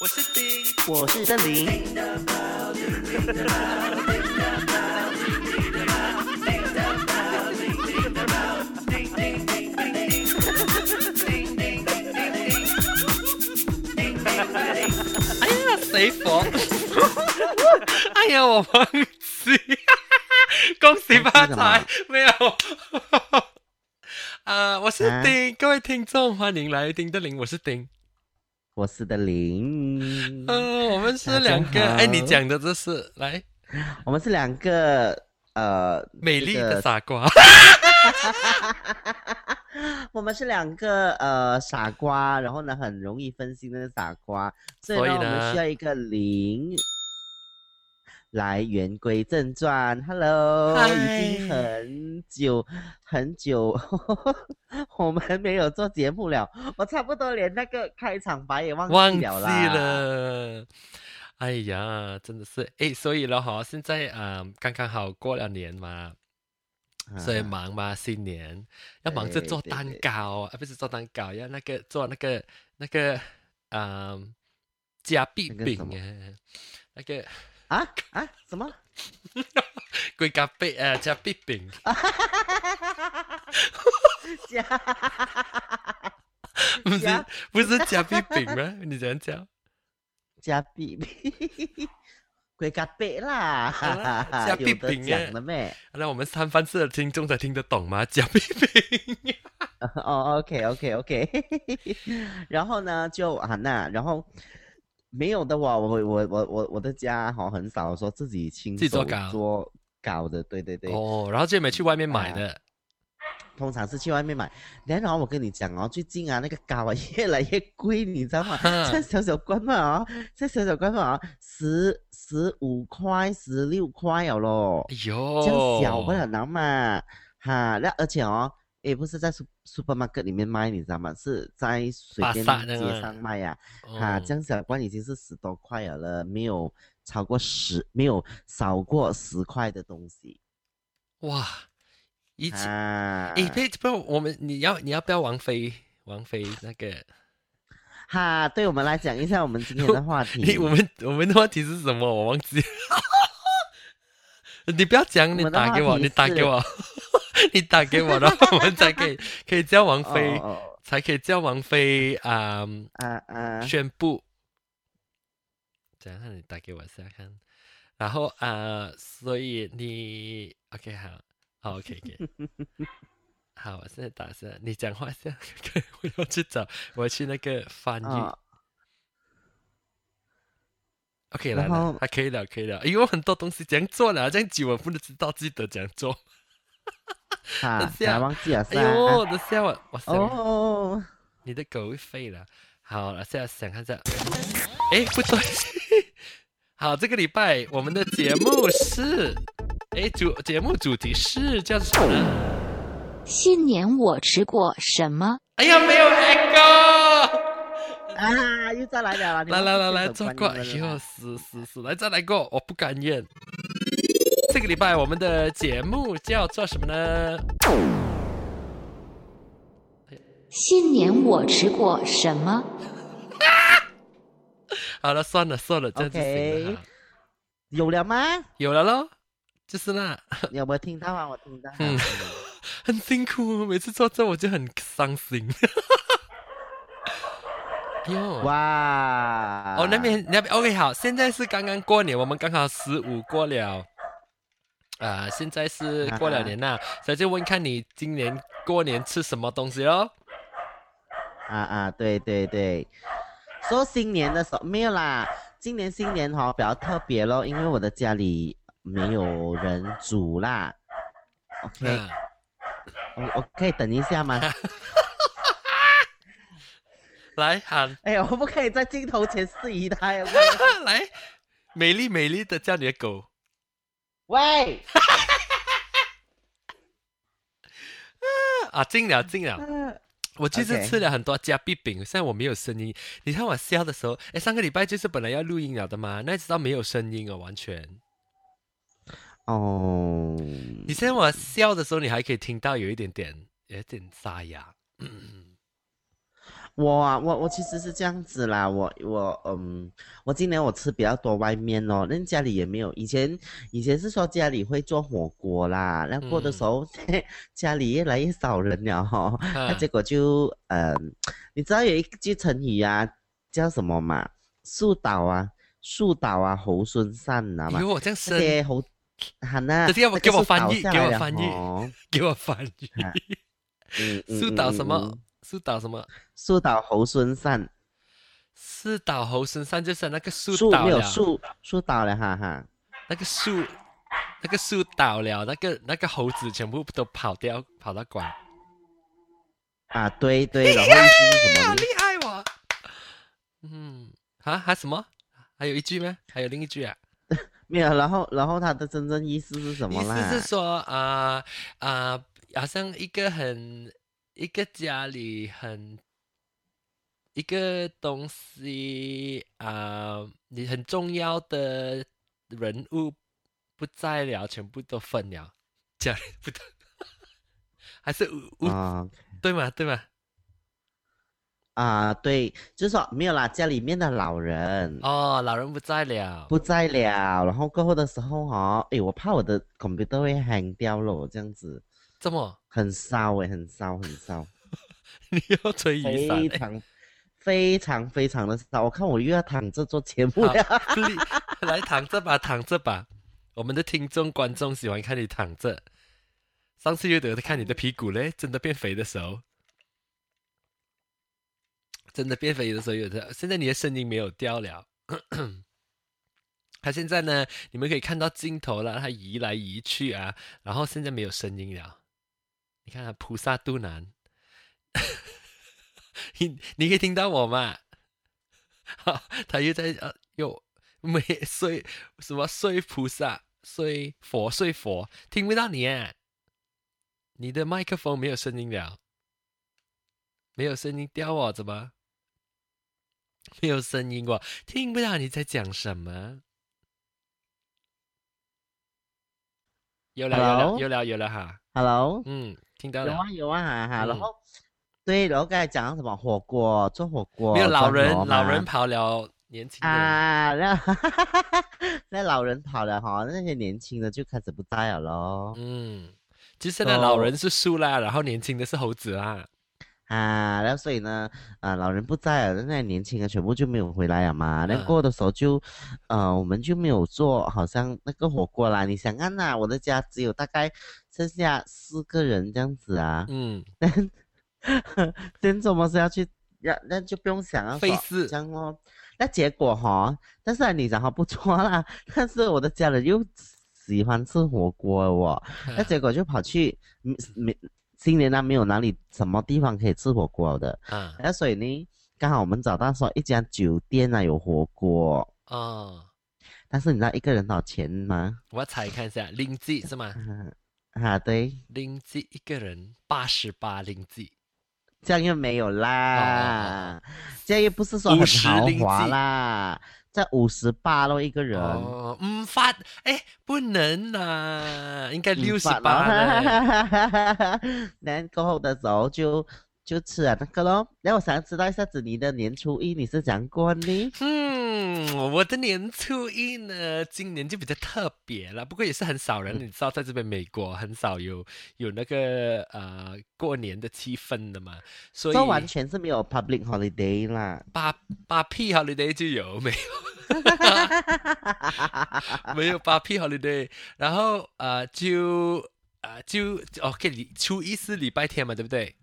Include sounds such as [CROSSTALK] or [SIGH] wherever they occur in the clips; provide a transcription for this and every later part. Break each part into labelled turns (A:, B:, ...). A: 我是丁，
B: 我是邓林，
A: 哎呀，谁缝？哎呀，我忘记， [LAUGHS] 恭喜
B: 哎
A: 发财！没有， [LAUGHS] 啊，我是
B: 啊
A: 丁，各位听众，欢迎来丁的林，我是丁。
B: 我是邓林，
A: 嗯，我们是
B: 大家
A: 两个，哎，你
B: 好
A: 讲的这是来
B: 我们是两个呃，
A: 美丽
B: 这
A: 的
B: 个
A: 傻瓜，
B: 我们是两个呃傻瓜，然后呢很容易分心的傻瓜，
A: 所
B: 所以呢
A: 以
B: 我
A: 呢
B: 们需要一个零。来，言归正传，Hello，已经
A: 嗨
B: 很久很久， [LAUGHS] 我们没有做节目了，我差不多连那个开场白也忘
A: 忘记
B: 了啦。
A: 了。哎呀，真的是哎，所以了哈，现在啊、呃刚刚好过了年嘛，
B: 啊
A: 所以忙嘛，新年要忙着
B: 对
A: 做
B: 对
A: 蛋
B: 对
A: 糕，啊，不是做蛋糕，要那个做那个那个啊、呃夹币
B: 那个
A: 饼
B: 什么
A: 啊，那个
B: 啊啊什么？ [LAUGHS]
A: 龟咖啡啊，夹币
B: [LAUGHS]
A: 饼，
B: 加
A: 不是
B: 夹
A: 不是夹币饼
B: [LAUGHS]
A: 吗？你怎样讲？啊
B: 加币 [LAUGHS] 币，鬼咖啡啦，
A: 好啦啊
B: [LAUGHS]
A: 加币
B: 有得
A: 饼耶
B: 讲了咩？
A: 那我们三番四的听众才听得懂吗？ [LAUGHS] 夹币饼。
B: 哦，OK OK OK，然后呢就啊那然后没有的我我我我我我的家好像很少说自己亲
A: 自己做
B: 手
A: 糕
B: 做搞的，对对对，
A: 哦，然后就没去外面买
B: 啊
A: 的，
B: 通常是去外面买。然后我跟你讲哦，最近啊那个糕啊 [LAUGHS] 越来越贵，你知道吗？
A: 哈
B: 现在小小官嘛啊，现在小小官嘛啊，十十五块、十六块有咯。
A: 哎
B: 这样小啊不
A: 呦，
B: 了难嘛，哈，那而且哦，也不是在 sup- supermarket 里面卖，你知道吗？是在随
A: 巴
B: 便
A: 萨那个
B: 街上卖呀、
A: 哦
B: 哈，这样小罐已经是十多块了了，没有超过十， [LAUGHS] 没有少过十块的东西
A: 哇，一起，
B: 啊，
A: 哎，别不要，我们你要你要不要王菲？王菲那个，
B: 哈，对我们来讲一下我们今天的话
A: [LAUGHS] 你
B: 题，哦
A: 我们我们的话题是什么？我忘记了。 [LAUGHS] 你不要讲，你
B: 我们的
A: 打给
B: 话
A: 我，
B: 题
A: 你打给
B: 是
A: 我， [LAUGHS] 你打给我，然后我们才可
B: [LAUGHS]
A: 以可以叫王
B: 哦
A: 菲，
B: 哦哦
A: 才可以叫王菲啊、嗯
B: 啊啊，
A: 宣布。等一下你打给我一下看，然后啊、呃所以你 OK 好，好 OK OK，好，我现在打一下， [LAUGHS] 你讲话先，我要去找，我要去那个翻译、
B: 哦
A: OK 来
B: 然
A: 了
B: 后，
A: 还可以了，可以了，哎呦，很多东西怎样做了，这样久我不知道记得怎样做，
B: 哈
A: 等，一下
B: 来忘记了是
A: 哎
B: 吧？
A: 呦，
B: 啊
A: 等下我，我想、
B: 哦哦哦，
A: 你的狗会吠了，好了，现在想看一下，哎，不对， [LAUGHS] 好，这个礼拜我们的节目是，哎，主节目主题是叫什么呢？
C: 新年我吃过什么？
A: 哎呀，没有 echo。
B: 哦啊，又再来了啦，你
A: 来
B: 们
A: 来
B: 是
A: 来来，
B: 小
A: 做
B: 官
A: 过，
B: 你
A: 哎
B: 们
A: 呦，死死死，来再来过，我不甘愿。这个礼拜我们的节目叫做什么呢？
C: 新年我吃过什么？
A: 好了，算了算了，这样就行了
B: OK
A: 哈。
B: 有了吗？
A: 有了咯，就是那，
B: 你有没有听到啊？我听到啊。
A: 嗯很辛苦，每次做这我就很伤心。 [LAUGHS] 哎呦，
B: 哇！
A: 哦，那边那边 OK 好，现在是刚刚过年，我们刚好十五过了，啊、现在是过了年啦，所以就问看你今年过年吃什么东西咯。
B: 啊啊，对对对，说新年的时候没有啦，今年新年哈、比较特别咯，因为我的家里没有人煮啦。OK，
A: 啊，
B: 我我可以等一下吗？
A: 来啊喊，
B: [LAUGHS] 哎呀，我不可以在镜头前示意他呀！
A: 来，美丽美丽的叫你的狗， [LAUGHS]
B: 喂，
A: 啊，进了进了。
B: 喂
A: 我其实
B: OK
A: 吃了很多加币饼，现在我没有声音。你看我笑的时候，哎，上个礼拜就是本来要录音了的嘛，那直到没有声音哦，完全。
B: 哦，
A: 你现在我
B: [LAUGHS]
A: 笑的时候，你还可以听到有一点点，有一点沙哑。嗯
B: 我啊，我我其实是这样子啦，我我嗯，我今年我吃比较多外面哦，那家里也没有。以前以前是说家里会做火锅啦，那过的
A: 嗯
B: 时候、 [LAUGHS] 家里越来越少人了哈、 [LAUGHS] 哦，那
A: 啊
B: 结果就呃，你知道有一句成语啊，叫什么嘛？树倒啊，树倒啊，猴孙散，你知道吗
A: 如？果这样
B: 那
A: 深， [LAUGHS]
B: 些猴，喊呐，
A: 等一下我
B: 那个
A: 给我
B: 树
A: 翻
B: 倒
A: 译
B: 下
A: 给
B: 来
A: 我
B: 了
A: 翻译
B: 吼
A: 给我翻译，
B: 啊嗯嗯
A: 树倒
B: 嗯
A: 什
B: 嗯
A: 么？树倒什么？
B: 树倒猢狲散，
A: 树倒猴身上就是那个树
B: 树
A: 倒
B: 没有
A: 了，
B: 树树倒了，哈哈。
A: 那个树，那个树倒了，那个那个猴子全部都跑掉，跑到广。
B: 啊，对对，然后意思是什么
A: 好厉
B: 呢？
A: 害我。嗯，啊，还什么？还有一句吗？还有另一句啊？
B: 没有，然后然后它的真正意思是什
A: 意
B: 么啦
A: 思？是说啊啊、好像一个很一个家里很一个东西啊、你很重要的人物不在了，全部都分了，家里不得，还是无无、
B: 啊
A: 对吗？对吗？
B: 啊，对，就是说没有啦，家里面的老人
A: 哦，老人不在了，
B: 不在了，然后过后的时候哦，诶，我怕我的 computer 会 hang 掉咯，这样子
A: 这么 [LAUGHS]
B: 很烧诶，很烧很烧，
A: 你要吹 [LAUGHS] 雨伞
B: 非
A: 欸？
B: 常非常非常的烧，我看我又要躺着做节目
A: 好
B: 了。
A: [LAUGHS] 你来躺着吧，躺着吧。我们的听众观众喜欢看你躺着。上次又得看你的屁股嘞，真的变肥的时候，真的变肥的时候有的。现在你的声音没有掉了。 [CLEARS THROAT] 他现在呢，你们可以看到镜头了，他移来移去啊，然后现在没有声音了。你看啊，菩萨肚腩， [LAUGHS] 你你可以听到我吗？ [LAUGHS] 好，他又在呃又没睡什么睡菩萨睡佛睡佛，听不到你啊！你的麦克风没有声音了，没有声音掉哦，怎么？ [LAUGHS] 没有声音哦，听不到你在讲什么。有了有了
B: Hello？
A: 有了有了哈，
B: Hello，
A: 嗯，听到
B: 有
A: 了。
B: 啊有啊，哈哈，
A: 嗯
B: 然后对，然后刚才讲到什么火锅，做火锅，
A: 没有老
B: 转
A: 人
B: 螺，
A: 老
B: 哦嘛
A: 人跑了，年轻人。
B: 啊，那 [LAUGHS] 那老人跑了哈，那些年轻的就开始不在了咯。
A: 嗯，其实呢，老
B: 哦
A: 人是树啦，然后年轻的是猴子啦。
B: 啊，那所以呢，啊，老人不在了，那些年轻的全部就没有回来了嘛。那
A: 嗯
B: 过的时候就，呃，我们就没有做好像那个火锅啦。你想看呐、我的家只有大概剩下四个人这样子啊，
A: 嗯，
B: [LAUGHS] 真怎么是要去，那那就不用想要
A: 费
B: 说
A: 事
B: 这样咯。那结果哈，但是啊你讲他不错啦， [LAUGHS] 但是我的家人又喜欢吃火锅哦。
A: 哎
B: 那结果就跑去嗯没新年呢没有哪里什么地方可以吃火锅的，
A: 啊
B: 那所以呢，刚好我们找到说一家酒店啊有火锅，
A: 哦，
B: 但是你知道一个人多少钱吗？ [LAUGHS]
A: 我要查看一下，零记是吗？
B: 嗯啊，对，
A: 零记一个人八十八零记，
B: 这样又没有
A: 哦
B: 啦，这样又不是说很
A: 50
B: 豪
A: 令吉
B: 华啦，在五十八咯一个人。
A: 哦，嗯发，哎，不能啦，应该
B: 嗯
A: 六十
B: 反
A: 八
B: [LAUGHS] 了然过后的时候就就吃了那个咯。那我想知道一下子你的年初一你是怎样过呢？
A: 嗯，我的年初一呢，今年就比较特别了，不过也是很少人，你知道，在这边美国很少有有那个呃过年的气氛的嘛，所以
B: 这完全是没有 public holiday 啦。
A: 八八 P holiday 就有 [LAUGHS] 没有没有八 P holiday，然后呃就呃就 OK 礼初一是礼拜天嘛，对不对？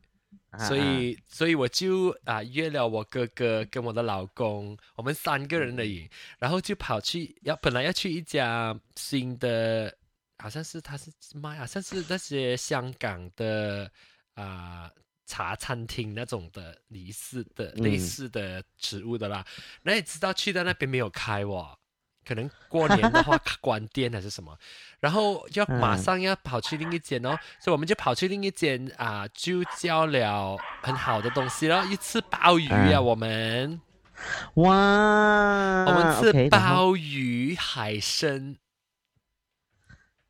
B: 啊
A: 所以所以我就啊、约了我哥哥跟我的老公，我们三个人而已，
B: 嗯
A: 然后就跑去要本来要去一家新的，好像是他是卖，好像是那些香港的啊、茶餐厅那种的类似的类
B: 嗯
A: 似的食物的啦，那你知道去到那边没有开哦。可能过年
B: [LAUGHS]
A: 的话关店还是什么，然后要马
B: 嗯
A: 上要跑去另一间哦，所以我们就跑去另一间啊、就叫了很好的东西咯，然后一吃鲍鱼啊，
B: 嗯
A: 我们
B: 啊哇，
A: 我们
B: OK，
A: 吃
B: 然后
A: 鲍鱼、海参，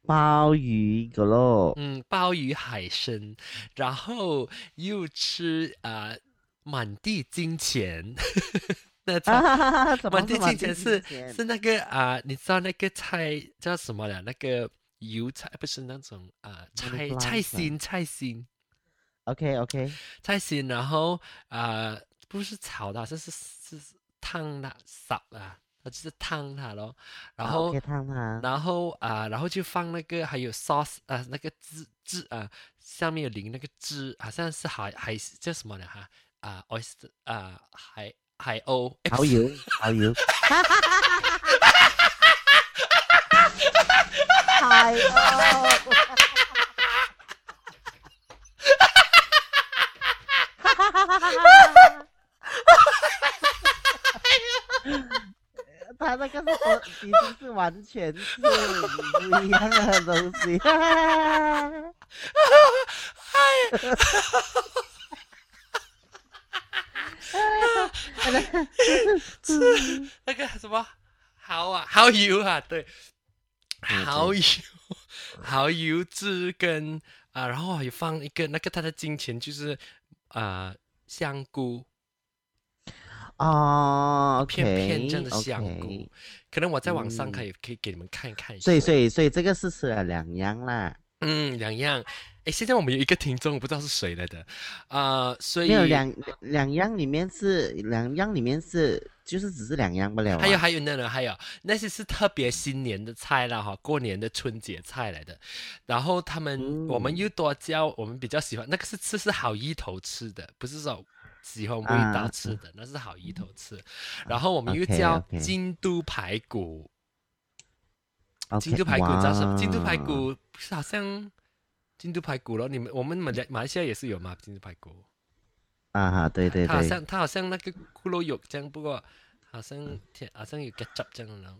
B: 鲍鱼个咯。
A: 嗯，鲍鱼海参，然后又吃啊、满地金钱，那种、
B: 啊， [LAUGHS] 怎么
A: 满地
B: 满
A: 金钱是
B: 钱
A: 是那个啊、你知道那个菜叫什么了？那个油菜不是那种啊、菜
B: Money
A: 菜
B: plants 啊
A: 心菜心
B: OK OK，
A: 菜心，然后啊、不是炒的，是是是是烫的撒啊，它就是烫它咯，然
B: 啊
A: 后。
B: OK 烫它，
A: 然后啊、然后就放那个还有 sauce 啊、那个汁汁啊、下面有淋那个汁，好像是海海叫什么呢哈啊、oyster 啊、海海鸥，哎
B: 蚝油蚝油，海鸥，他那个是已经是完全是不一样的东西，
A: 那个什么蚝啊蚝油啊，对，
B: 嗯对
A: 蚝 [LAUGHS] 油蚝油汁跟啊、然后还有放一个那个它的金钱就是啊、香菇，
B: 哦，OK，
A: 片片这样的香菇
B: OK
A: 可能我在网上
B: 嗯
A: 可以可以给你们看看一下。
B: 所以，所以，所以这个是吃了两样啦，
A: 嗯，两样。诶，现在我们有一个听众，我不知道是谁来的，啊、所以
B: 没有两两样里面是两样里面是就是只是两样不了、啊。
A: 还有还有那呢，还有那些是特别新年的菜啦，哈，过年的春节菜来的。然后他们、
B: 嗯
A: 我们又多教，我们比较喜欢那个是吃是好意头吃的，不是说喜欢味道
B: 啊
A: 吃的，那是好意头
B: 嗯
A: 吃。然后我们又
B: OK，
A: 叫
B: OK
A: 京都排骨
B: o
A: 京都排骨知道什么？京都排
B: 哇
A: 骨不是好像京都排骨咯？你们我们马来马来西亚也是有嘛？京都排骨。
B: 啊哈，对对
A: 它好
B: 对，
A: 像它好像那个咕噜肉这样，不过好像甜，好像有 ketchup 这样的咯。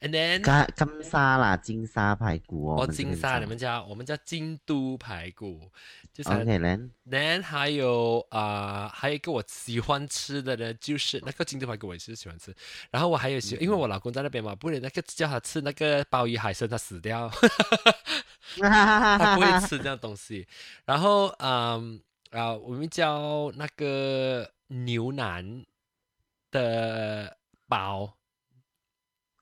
A: And then
B: 咖金沙啦，金沙排骨哦。
A: 哦，
B: 我这
A: 金
B: 边
A: 沙
B: 叫
A: 你们叫我们叫京都排骨，就是。
B: OK 人
A: Then 还有啊、呃还有一个我喜欢吃的呢，就是那个京都排骨，我也是喜欢吃。然后我还有喜，因为我老公在那边嘛，不然那个叫他吃那个鲍鱼海参，他死掉。 [LAUGHS]
B: [LAUGHS]
A: 他不会吃这样东西。然后，嗯，啊，我们叫那个牛腩的包，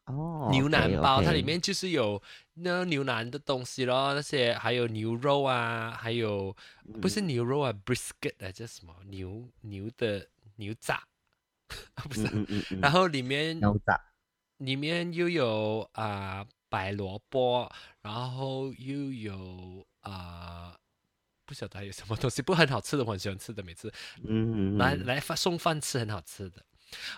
B: 哦，
A: 牛腩
B: OK，OK
A: 包，它里面就是有那牛腩的东西咯，那些还有牛肉啊，还有不是牛肉啊，brisket 啊，叫什么牛牛的牛杂， [LAUGHS] 不是
B: 嗯。嗯嗯嗯，
A: 然后里面
B: 牛杂
A: 里面又有啊、白萝卜，然后又有啊、不晓得还有什么东西，不过很好吃的，我很喜欢吃的，每次
B: 嗯嗯嗯
A: 来来饭送饭吃，很好吃的。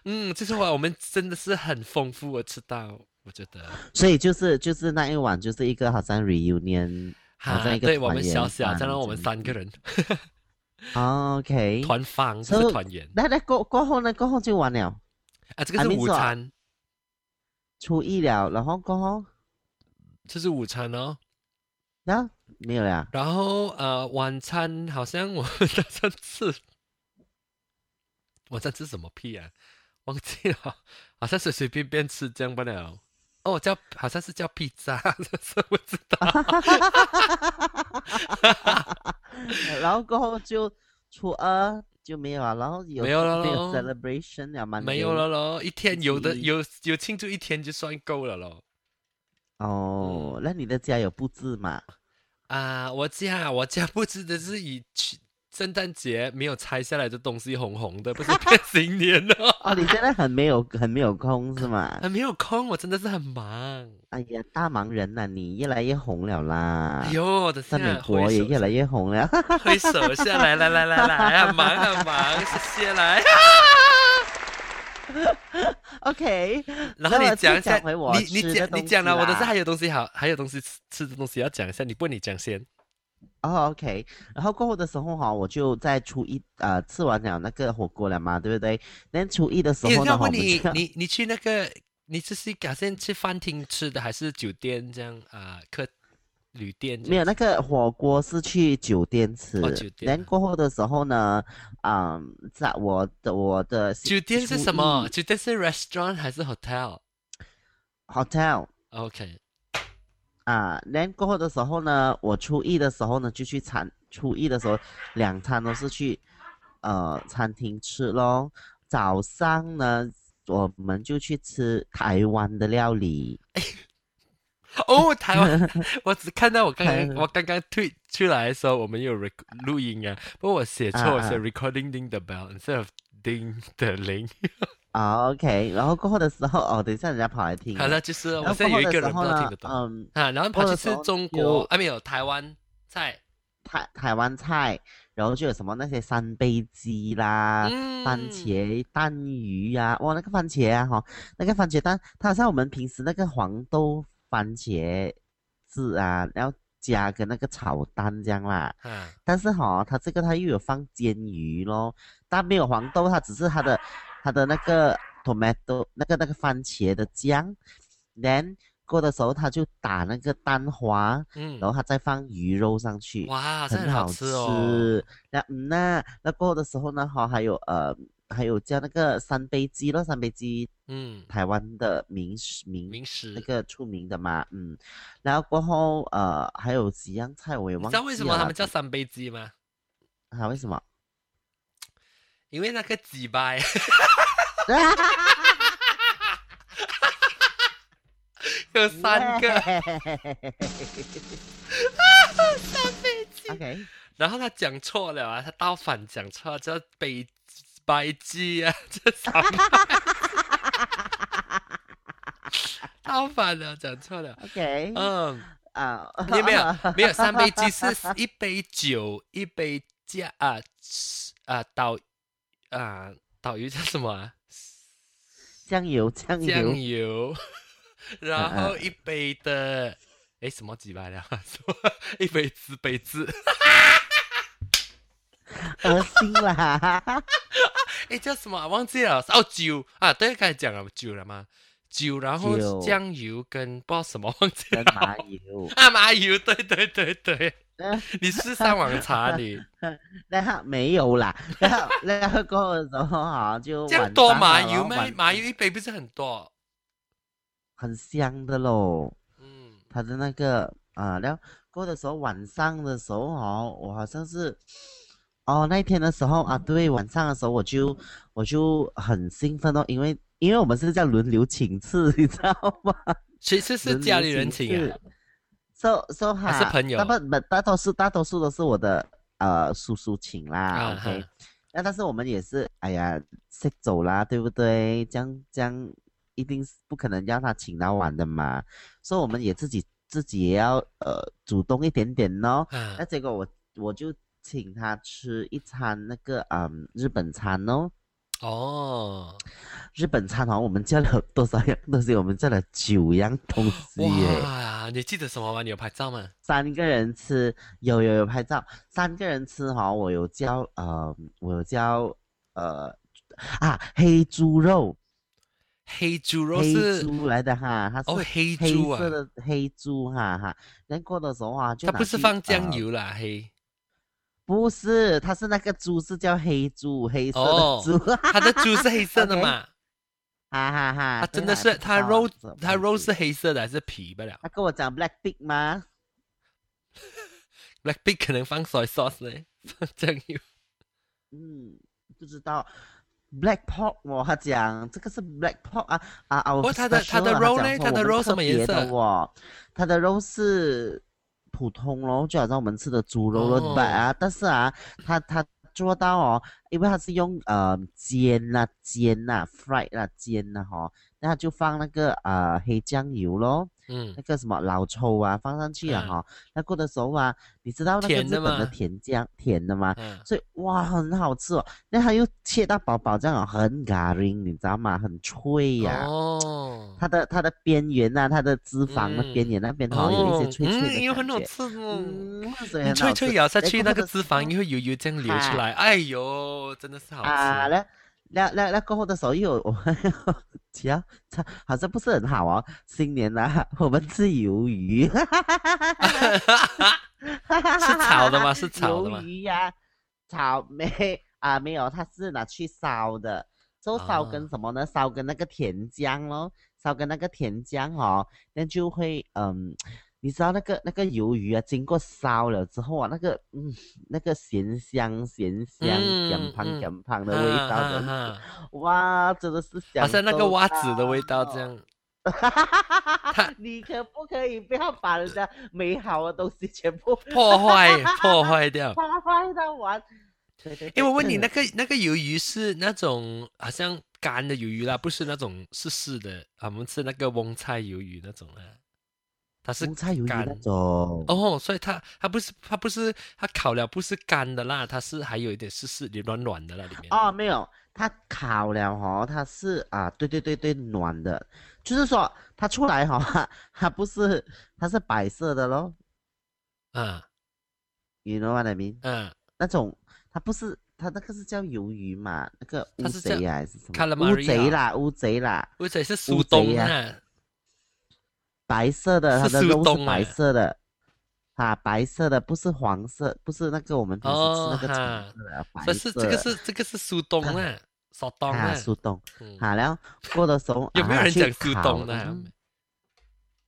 A: 嗯，这次我我们真的是很丰富的吃到，我觉得。
B: 所以就是就是那一晚就是一个好像 reunion，好像一个
A: 对我
B: 团
A: 们
B: 圆
A: 小小，
B: 饭
A: 加上我
B: 这
A: 们
B: 样
A: 三个人
B: 哦 OK。
A: 团饭，不是
B: So-
A: 团圆
B: 那那过过后呢？过后就完了，
A: 啊，这个是
B: I mean
A: 午
B: 说
A: 餐，
B: 初一了，然后过后，
A: 这是午餐哦。
B: 然后没有了。
A: 然后呃，晚餐好像我们打算吃，晚餐吃什么屁啊？忘记了， [LAUGHS] 好像随随便便吃这样不了。哦，叫好像是叫披萨， [LAUGHS] 是不知
B: 啊
A: 道。
B: 然后过后就初二就没有了，然后有
A: 没有了
B: 没有
A: 咯
B: celebration 了吗？
A: 没有了咯，一天有的
B: 初一
A: 有有庆祝一天就算够了咯。嗯
B: 哦，那你的家有布置吗？
A: 啊、我家我家布置的是以去圣诞节没有拆下来的东西红红的，
B: [LAUGHS]
A: 不是变新年了。
B: 哦，你真的很没有很没有空是吗？
A: 啊，没有空，我真的是很忙。
B: 哎呀，大忙人呐、你越来越红了啦
A: 哎，呦，等下
B: 啊在
A: 挥
B: 美国也
A: 手
B: 越来越红了。 [LAUGHS]
A: 挥手下来，来来来来，很忙很忙，谢谢
B: [LAUGHS]
A: 来。
B: OK，
A: [LAUGHS] 然后
B: 那
A: 你
B: 么
A: 讲一
B: 呃就
A: 下，
B: 讲回我
A: 你你
B: 吃的
A: 讲
B: 东
A: 你
B: 西
A: 讲了，我的是
B: 啦
A: 还有东西好，还有东西吃吃的东西要讲一下，你不你讲先。
B: 哦、o k 然后过后的时候哈、我就在初一呃吃完了那个火锅了嘛，对不对？那初一的时
A: 你
B: 候呢，
A: 要
B: 我
A: 问
B: 们
A: 你
B: 就，
A: 你你去那个，你这是打算去饭厅吃的，还是酒店这样啊、客旅店这
B: 没有
A: 样？
B: 那个火锅是去酒店吃，
A: 哦酒店
B: 然后过后的时候呢，嗯，在我的我的
A: 酒店是什嗯么？酒店是 restaurant 还是 hotel？OK，、
B: hotel 啊，然后过后的时候呢，我初一的时候呢就去餐，初一的时候两餐都是去呃餐厅吃咯。早上呢，我们就去吃台湾的料理。
A: 哦，台
B: [LAUGHS]
A: 湾，我只看到我刚刚我刚刚退出来的时候，我们有 rec 录音啊，不过我写错，
B: 啊啊
A: 我写 recording ding the bell instead of ding the 铃。
B: 啊、o k 然后过后的时候，哦，等一下人家跑来听。
A: 好了，就是
B: 然
A: 我
B: 后
A: 现在有一
B: 过后的
A: 个人
B: 时
A: 不
B: 候
A: 知道听
B: 呢
A: 得，懂啊，
B: 嗯，
A: 然后跑去
B: 我
A: 吃
B: 的时候
A: 中
B: 有
A: 国啊，没有台湾菜，
B: 台台湾菜，然后就有什么那些三杯鸡啦。
A: 嗯，
B: 啊番茄蛋鱼呀、哇，那个番茄啊，哈，那个番茄蛋，它好像我们平时那个黄豆番茄汁啊，然后加个那个炒蛋这样啦。
A: 啊，
B: 但是哈、它这个它又有放煎鱼咯，但没有黄豆，它只是它的它的那个 tomato 那个那个番茄的酱，then 过的时候它就打那个蛋花，
A: 嗯
B: 然，后它再放鱼肉上去。
A: 哇，好像
B: 很
A: 啊很
B: 好
A: 吃哦，
B: 吃那嗯呐，那过后的时候呢，哈，还有呃，还有叫那个三杯鸡咯，三杯鸡，
A: 嗯，
B: 台湾的名食名
A: 零食
B: 那。个出名的嘛，嗯，然后过后呃，还有几样菜我也
A: 你
B: 忘
A: 知
B: 记
A: 道
B: 了啦。
A: 为什么他们叫三杯鸡吗？
B: 啊？为什么？
A: 因为那个鸡掰， [LAUGHS] 有三个三杯鸡。
B: OK，
A: 然后他讲错了啊，他倒反讲错，叫北白鸡啊，这什么？倒反了，讲错了。
B: OK，
A: 嗯，
B: 啊，
A: 没有没有没有，三杯鸡是一杯酒，一杯加啊啊导啊导游叫什么、啊？
B: [LAUGHS] 酱油酱油
A: 酱油， [LAUGHS] 然后一杯的，哎，什么鸡巴了？ [LAUGHS] 什么一杯子杯子？
B: 恶心啦！ [LAUGHS]
A: 哎，叫什么啊？忘记了。哦，酒啊，对，刚才讲了酒了吗？酒，然后
B: 酒
A: 酱油跟不知道什么忘记
B: 跟
A: 了。 [LAUGHS]
B: 麻油。
A: 啊，麻油，对对对对，
B: 嗯
A: 你是上网查你
B: [LAUGHS] 然后没有啦，然后然后过后的时候哈就
A: 这样
B: 晚
A: 多
B: 上
A: 麻
B: 啦
A: 油
B: 然后
A: 吗？
B: 晚
A: 麻油一杯不是很多？
B: 很香的喽，
A: 嗯，
B: 它的那个啊，然后过后的时候晚上的时候哦，我好像是哦那一天的时候啊，对，晚上的时候我就我就很兴奋哦，因为因为我们是这样轮流请次，你知道吗？
A: 其实是
B: 轮
A: 家
B: 流
A: 里人请啊
B: 次。。so so 哈，
A: 是朋友
B: 大部大大多数大多数都是我的呃叔叔请啦、
A: 啊
B: o k
A: 哈
B: 那但是我们也是，哎呀，识走啦，对不对？这样这样，一定是不可能让他请到晚的嘛，所以我们也自己自己也要呃主动一点点咯。
A: 啊
B: 那结果我我就请他吃一餐那个嗯日本餐哦，
A: 哦，
B: 日本餐哦，我们叫了多少样 [LAUGHS] 东西？我们叫了九样东西耶。
A: 哇，你记得什么吗？你有拍照吗？
B: 三个人吃，有有有拍照，三个人吃哈、我有叫呃，我有叫呃啊黑猪肉，
A: 黑猪肉
B: 黑
A: 是
B: 猪来的哈，它
A: 哦，
B: 是
A: 黑
B: 黑
A: 猪啊，
B: 色的黑猪哈哈，然后过的时候啊，就
A: 它
B: 拿
A: 不是
B: 去
A: 放酱，
B: 呃
A: 油啦，黑，
B: 不是，它是那个猪是叫黑猪，黑色
A: 哦
B: 的猪，哈
A: 它的猪是黑色的
B: OK
A: 嘛？
B: [LAUGHS] 哈啊哈，
A: 它啊真的是它
B: 它
A: 肉，它肉是，黑色的还是皮不了
B: 他跟我讲 black pig 吗？
A: ？Black pig 可能放 soy sauce 呢，放酱油。
B: 嗯，不知道。Black pork，我、他讲这个是 black pork 啊啊啊！
A: 不
B: 我
A: 哦它的它的肉呢它的肉什么颜色
B: 哇，哦它的肉是普通咯，就好像我们吃的猪肉咯，
A: 哦
B: 对啊，但是啊，它它做到哦，因为它是用呃煎呐、煎呐、fry 呐、煎呐、哈，那它就放那个呃黑酱油咯，
A: 嗯
B: 那个什么老抽啊放上去了
A: 嗯
B: 哈、那过的时候啊，你知道那个
A: 甜
B: 日
A: 的
B: 本的
A: 吗
B: 甜酱甜的吗？
A: 嗯，
B: 所以哇，很好吃哦。那它又切到薄薄这样哦，很嘎铃，你知道吗？很脆呀、
A: 哦，
B: 它的它的边缘呐、它的脂肪的边缘那边哦，有一些脆脆的
A: 嗯，又很
B: 感
A: 好
B: 觉。
A: 吃哦。
B: 嗯，所以
A: 你
B: 很
A: 脆
B: 好
A: 脆
B: 吃
A: 咬下
B: 然后
A: 去，
B: 过
A: 那
B: 后
A: 个
B: 的
A: 脂
B: 时候
A: 肪又会油油这样流出来，哎呦，真的是好
B: 啊，
A: 吃。
B: 那那那那过后的时候又有 [LAUGHS] 我只要它好像不是很好哦。新年啦、 [LAUGHS] 我们吃鱿鱼， [LAUGHS]
A: 是炒的吗是炒的吗
B: [LAUGHS] 鱿鱼呀、草莓啊， [LAUGHS] 没有，它是拿去烧的。就烧
A: 啊
B: 跟什么呢？烧哦跟那个甜姜咯，烧跟那个甜姜哦，那就会嗯，你知道那个那个鱿鱼啊，经过烧了之后啊，那个嗯，那个咸香咸香、
A: 嗯
B: 咸胖
A: 嗯
B: 咸胖的味道的，
A: 啊啊
B: 哇，真的是
A: [LAUGHS] 好
B: 享
A: 像那个
B: 受
A: 袜子的味道
B: 到
A: 这。样。
B: [LAUGHS] 你可不可以不要把
A: [LAUGHS]
B: 人家美好的东西全部 [LAUGHS]
A: 破坏破坏掉。
B: 发挥到完？ [LAUGHS] 对对对
A: 哎，我问你，
B: 嗯
A: 那个那个鱿鱼是那种好像干的鱿鱼啦，不是那种湿湿的，啊我们吃那个翁菜鱿鱼那种啊，它是
B: 红菜鱿鱼
A: 干
B: 那种，
A: 哦，所以它它不是它不是它烤了不是干的啦，它是还有一点湿湿的软软的啦里面。
B: 哦，没有，它烤了哦，它是啊，对对对对，暖的，就是说它出来哈、哦， [LAUGHS] 它不是它是白色的咯
A: 嗯
B: ，you know what I mean？
A: 嗯，
B: 那种它不是它那个是叫鱿鱼嘛，那个乌
A: 它是叫
B: 贼啊还是什么？乌
A: calamari
B: 贼
A: 啊
B: 啦，乌贼啦，
A: 或者是
B: 乌
A: 苏
B: 贼
A: 东
B: 啊
A: 啊，
B: 白色的，它
A: 是
B: 的
A: 速
B: 肉
A: 冻
B: 是
A: 啊
B: 白色的，啊，白色的不是黄色，不是那个我们平时吃那
A: 哦
B: 个橙
A: 哈
B: 色的，白色
A: 所以是这
B: 的。
A: 个是这个是苏东
B: [LAUGHS]
A: 啊，苏东
B: 啊，
A: 啊，
B: 速冻。
A: 嗯
B: 好了，过的时候
A: [LAUGHS] 有没有
B: 啊
A: 人
B: 去
A: 讲苏
B: 烤嗯
A: 东的
B: 它
A: 啊？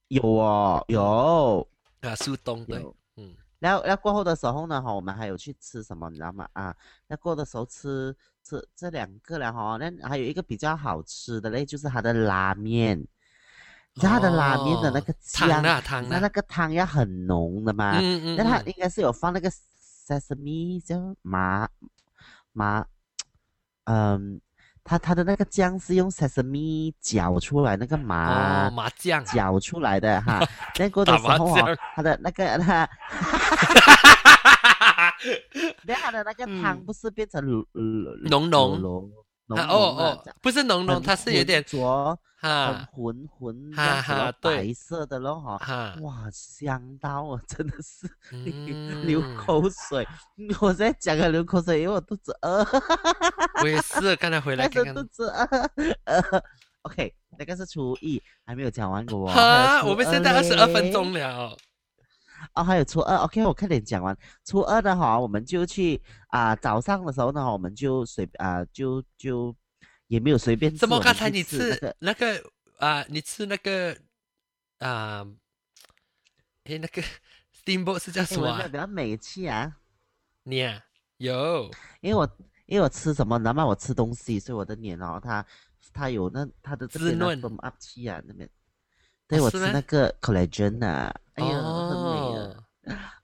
B: 有哦，有
A: 啊，苏东对，
B: 有。
A: 嗯。
B: 然后，然后过后的时候呢，哈，我们还有去吃什么，你知道吗？啊，那过的时候吃吃这两个了哈，那还有一个比较好吃的嘞，就是它的拉面，你知道它的拉面的那
A: 哦
B: 个
A: 汤
B: 酱，
A: 啊汤
B: 你知道
A: 啊
B: 那个汤要很浓的嘛，
A: 嗯嗯，
B: 那它
A: 嗯
B: 应该是有放那个 sesame 叫麻麻，嗯，它它的那个酱是用 sesame 搅出来那个麻
A: 哦麻酱，
B: 搅出来
A: [LAUGHS]
B: 的哈。那过啊的
A: 打
B: 时
A: 麻
B: 候
A: 将
B: 哦，它的那个
A: [LAUGHS]
B: 它，然后它的那个汤
A: 嗯
B: 不是变成浓
A: 浓浓
B: 浓浓
A: 啊
B: 浓
A: 哦
B: 啊
A: 哦
B: 这样，
A: 不是浓浓，
B: 很
A: 它是有点
B: 浑浊、很
A: 哈
B: 浑浑这
A: 哈
B: 样子
A: 哈
B: 咯
A: 对啊
B: 白色的咯哈。
A: 哈，
B: 哇，香到我真的是流
A: 流
B: 口水！我在讲个流口水，因为我肚子饿，
A: 我也是，刚才回来看
B: 但是
A: 看
B: 肚。子饿。呃，OK，那个是初一，还没有讲完我。还
A: 哈，
B: 有初
A: 我们现在二十二分
B: 嘞
A: 钟了，
B: 哦，还有初二，OK，我快点讲完。初二的哈，我们就去啊、早上的时候呢，我们就随啊、就就也没有随便吃。
A: 怎么
B: 我
A: 刚
B: 们
A: 才
B: 去
A: 你
B: 吃那个
A: 吃那个啊？你吃那个啊？诶，那个 steamboat 是叫
B: 诶
A: 什么
B: 我
A: 啊
B: 比？较美气啊，
A: 你啊，有
B: 因为我因为我吃什么，你知道吗？我吃东西，所以我的脸哦，它它有那它的这
A: 滋
B: 边那
A: 润哦
B: firm up 气啊那边。对，我
A: 是
B: 吃
A: 咩
B: 那个 collagen 啊，哎呀，很美啊。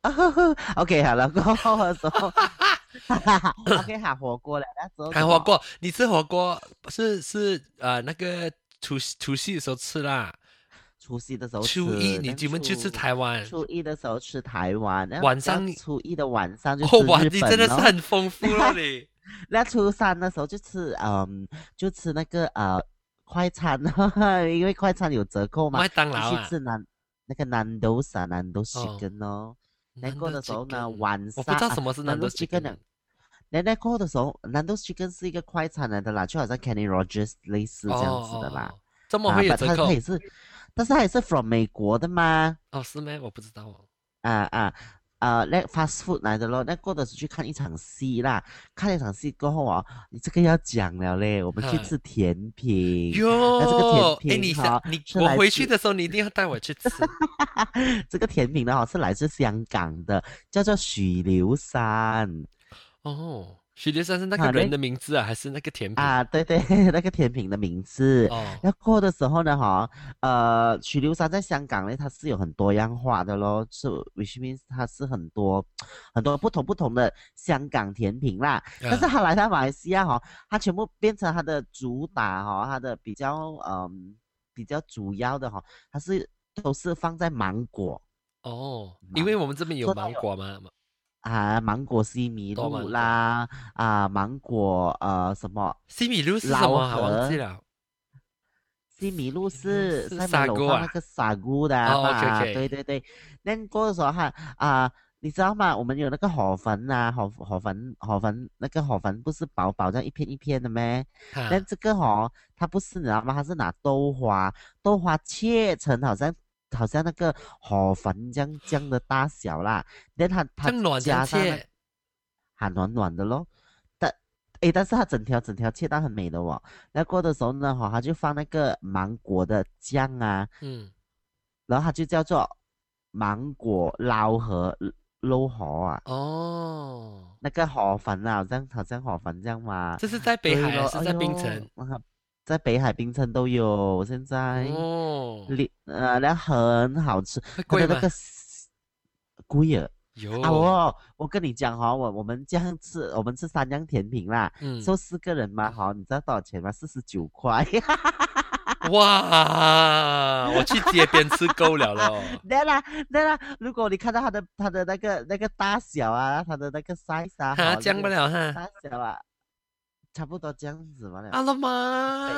A: 哦，
B: [LAUGHS] OK，好了，过后的时候 [LAUGHS] ，OK，好火锅了，那时候
A: 还
B: 什
A: 火
B: 么
A: 锅，你吃火锅是是啊、呃那个除夕除夕的时候吃啦，
B: 除夕的时候吃，
A: 初一你
B: 但
A: 你们去吃
B: 初
A: 台湾，
B: 初一的时候吃台湾，然后
A: 晚
B: 然后
A: 上你
B: 初一的晚上就吃
A: 哦
B: 日本、
A: 哇，
B: 哦，
A: 你真的是很丰富了 [LAUGHS] 你，
B: 那初三的时候就吃，嗯，就吃那个呃快餐， [LAUGHS] 因为快餐有折扣嘛，
A: 麦当
B: 就
A: 劳
B: 去
A: 啊，
B: 吃南那个南豆沙南豆
A: 哦
B: chicken 哦。那
A: 难
B: 过
A: 得
B: 的时候呢，
A: chicken
B: 晚
A: 我
B: 上
A: 不知道
B: 啊
A: 什么是
B: 南
A: 难得
B: chicken 呢
A: chicken，
B: 那那过的时候，南豆 chicken 是一个快餐来的啦，就好像 Kenny Rogers 类似这样子的啦。
A: 哦哦哦这么
B: 啊
A: 会有
B: but
A: 折
B: 它
A: 扣
B: 它也是，但是它也是 from 美国的嘛。
A: 哦？是吗？我不知道哦。
B: 啊啊啊！那 fast food 来的咯，那过的时候去看一场戏啦，看了一场戏过后啊，你这个要讲了嘞，我们去
A: 嗨
B: 吃甜品，那这个
A: 哟，哎，
B: 甜
A: 你
B: 品
A: 想
B: 哈，
A: 你
B: 是
A: 我
B: 来
A: 回
B: 自
A: 去的时候，你一定要带我 [LAUGHS] 去吃。
B: [LAUGHS] 这个甜品呢哈是来自香港的，叫做许留山
A: 哦，许留山是那个
B: 好嘞
A: 人的名字啊，还是那个甜品？
B: 啊，对对， [LAUGHS] 那个甜品的名字。
A: 哦，
B: 那过的时候呢，哈，呃，许留山在香港呢，它是有很多样化的咯，是，which means 它是很多很多不同不同的香港甜品啦。但是
A: 啊
B: 他来到马来西亚哈、他全部变成他的主打哈、他的比较嗯比较主要的哈、他是都是放在芒果
A: 哦，因为我们这边有
B: 说到
A: 芒
B: 有
A: 果嘛，
B: 啊，芒果西米
A: 多芒
B: 露
A: 果
B: 啦，啊，芒果呃什么
A: 西米露是什么啊？
B: 老
A: 忘记
B: 河
A: 了。
B: 西米露
A: 西米露
B: 是
A: 是
B: 塞
A: 沙
B: 门楼
A: 菇
B: 上
A: 啊
B: 那个傻姑的
A: 哦
B: 嘛、
A: ，OK，OK
B: 对对对，那过的时候哈啊。你知道吗？我们有那个河粉呐、河河粉河粉，那个河粉不是薄薄这样一片一片的咩？
A: 哈
B: 但这个哦，它不是，你知道吗？它是拿豆花，豆花切成好像好像那个河粉这样这样的大小啦。但它它
A: 像暖
B: 加
A: 像
B: 上那
A: 切，
B: 还暖暖的咯。但诶，但是它整条整条切到很美的哦。那过的时候呢，哈、它就放那个芒果的酱啊，
A: 嗯，
B: 然后它就叫做芒果捞河捞河啊，
A: 哦，
B: 那个河粉啊，好像好像河粉这样嘛。
A: 这是在北
B: 对
A: 海还
B: 咯
A: 是在冰城？？
B: 哎呦啊在北海、冰城都有，现在
A: 哦，
B: 哎里呃，那很好吃，
A: 会
B: 它
A: 贵
B: 的
A: 吗哦
B: 那个？贵啊！
A: 有
B: 啊，我我跟你讲哈、哦，我我们这样吃，我们吃三样甜品啦，
A: 嗯，
B: 就四个人嘛哈、你知道多少钱吗？四十九块。 [LAUGHS]
A: 哇，我去街边吃够了
B: [LAUGHS]
A: 咯。
B: 对啦，对啦，如果你看到它的它的那个那个大小啊，它的那个 size
A: [LAUGHS]
B: 啊，
A: 哈，
B: 好
A: 降不
B: 那个
A: 了哈。
B: 大小啊，差不多这样子嘛了。
A: 阿拉妈，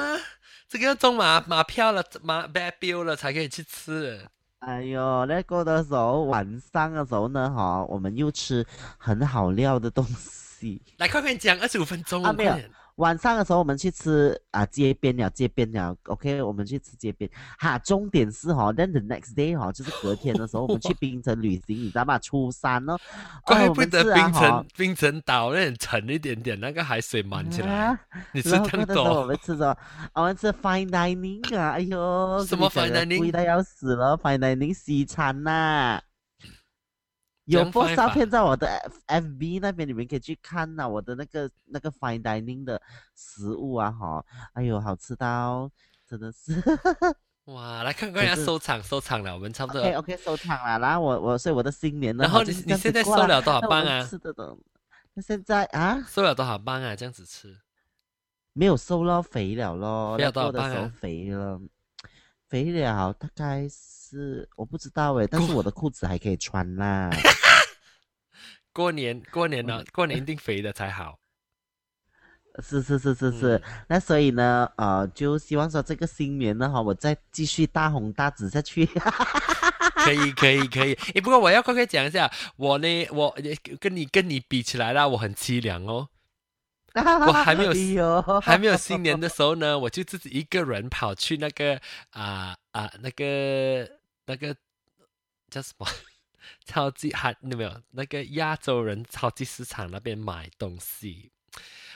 A: 这个要中马马票了，马 bad bill 了才可以去吃。
B: 哎呦，那个的时候晚上的时候呢，哈，我们又吃很好料的东西。
A: 来，快点讲，二十五分钟，
B: 啊
A: 快
B: 没有
A: 点。
B: 晚上的时候我们去吃啊街边了，街边了，OK，我们去吃街边。哈，重点是哈、t h e n the next day 哈、就是隔天的时候我们去槟城旅行，你知道吗？初三哦，
A: 怪
B: 哦我
A: 不
B: 们
A: 得
B: 吃啊
A: 冰
B: 哈
A: 城冰城岛那很沉一点点，那个海水满起来
B: 啊。
A: 你吃
B: 然后
A: 这样
B: 那时候我
A: 多
B: 们吃什么？我们吃 fine dining 啊！哎呦，
A: 什
B: 跟
A: 么
B: 你讲
A: fine
B: 的
A: dining？
B: 贵到要死了，fine dining 西餐呐、有
A: 怎样
B: po
A: fine
B: 照
A: 法
B: 片在我的 F F B 那边，你们可以去看呐、我的那个那个 fine dining 的食物啊，哈，哎呦，好吃到真的是。
A: 哇！来看看要
B: 可是
A: 收场收场了，我们差不多
B: OK
A: 了。
B: OK，收场了。然后我我哎所以我的新年呢，
A: 然后
B: 哈
A: 你
B: 就是这
A: 你
B: 样子
A: 现在收
B: 过啦
A: 了多少
B: 那我
A: 磅
B: 们
A: 啊？
B: 吃的东，那现在啊
A: 收了多少磅啊？这样子吃，
B: 没有瘦咯，肥了咯，
A: 肥了
B: 那
A: 多少
B: 过的
A: 磅
B: 时候
A: 啊
B: 肥了，肥了大概是我不知道欸诶，但是我的裤子还可以穿
A: [LAUGHS]
B: 啦。
A: 过年过年了，过年一定肥的才好。
B: 是是是是是，
A: 嗯
B: 那所以呢，呃，就希望说这个新年呢哈，我再继续大红大紫下去。 [LAUGHS]
A: 可以可以可以，诶，不过我要快快讲一下，我呢，我呃跟你跟你比起来啦，我很凄凉哦。
B: 我
A: 还没有
B: 哎呦，啊
A: 还没有新
B: [LAUGHS]
A: 年的时候呢，我就自己一个人跑去那个啊啊、那个那个叫什么 [LAUGHS] 超级还有没有那个亚洲人超级市场那边买东西。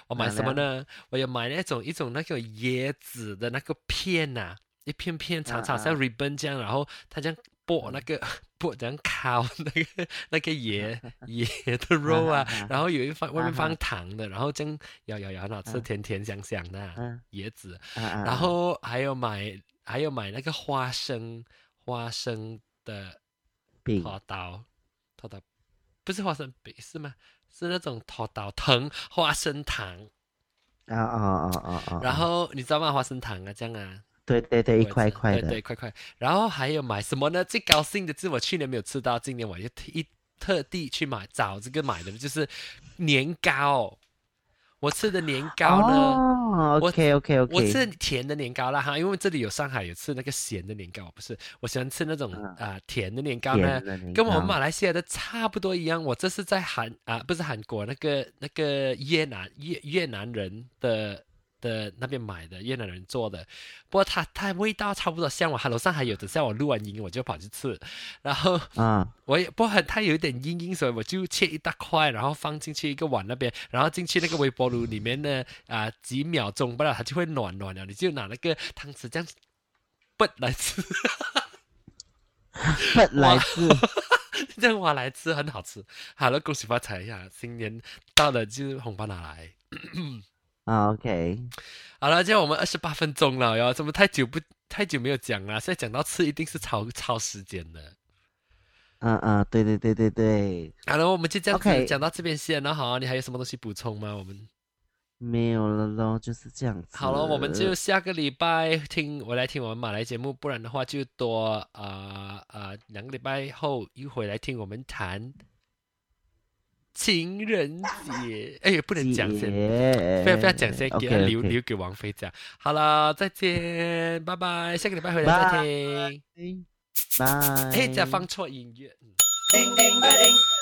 A: 我买
B: 哪
A: 什么
B: 两
A: 呢？我有买那种一种那个椰子的那个片呐、一片片长长
B: 啊啊
A: 像 ribbon 这样，然后它这样剥那个 [LAUGHS] 剥这样烤那个那个椰椰的肉啊，
B: 啊
A: 然后有一放外面
B: 啊哈
A: 放糖的，然后这样咬咬咬，然后吃
B: 嗯
A: 甜甜香香的啊、
B: 嗯
A: 椰子，
B: 啊啊
A: 然后还有买还有买那个花生花生嗯的
B: 饼
A: 拖刀拖刀，不是花生饼是吗？是那种拖刀藤花生糖，
B: 啊啊啊啊啊，
A: 然
B: 啊
A: 后你知道吗？花生糖啊，这样啊，
B: 对对对，一
A: 我也
B: 块一
A: 知道
B: 块
A: 对
B: 的
A: 对，块块。然后还有买什么呢？最高兴的是我去年没有吃到，今年我就特一特地去买找这个买的，就是年糕。我吃的年糕呢？
B: 哦
A: 我
B: ，OK OK
A: 我
B: OK，
A: 吃甜的年糕啦哈，因为这里有上海有吃那个咸的年糕，我不是，我喜欢吃那种啊
B: 嗯、
A: 甜的年糕呢
B: 甜，的年
A: 跟我们
B: 糕
A: 马来西亚的差不多一样。我这是在韩啊、不是韩国那个那个越南越越南人的的那边买的，越南人做的。不过它它味道差不多像我，楼上还有，等下我录完音我就跑去吃。然后
B: 啊
A: 我也不过很它有一点硬硬，所以我就切一大块，然后放进去一个碗那边，然后进去那个微波炉里面呢，啊、几秒钟不然它就会暖暖了，你就拿那个啊汤匙这样笨来吃，
B: 本来是。 [LAUGHS]
A: 这样挖来吃很好吃。好了，恭喜发财呀！新年到了就红包拿来。
B: 啊，OK，
A: 好了，现在我们二十八分钟了哟，怎么太久不太久没有讲了？现在讲到吃一定是超超时间的。
B: 嗯嗯，对对对对对，
A: 好了，我们就这样子
B: OK
A: 讲到这边先了哈。你还有什么东西补充吗？我们
B: 没有了咯，就是这样子。
A: 好了，我们就下个礼拜听我来听我们马来节目，不然的话就多啊啊、呃两个礼拜后又回来听我们谈情人
B: [LAUGHS]
A: 节。哎，不能讲先，
B: 先
A: 不要不要讲先，给啊
B: OK，
A: 留留给王菲讲。好了，再见，拜拜，下个礼拜回来再听。
B: 拜。
A: 哎，这样放错音乐。嗯
D: Ding ding ba ding,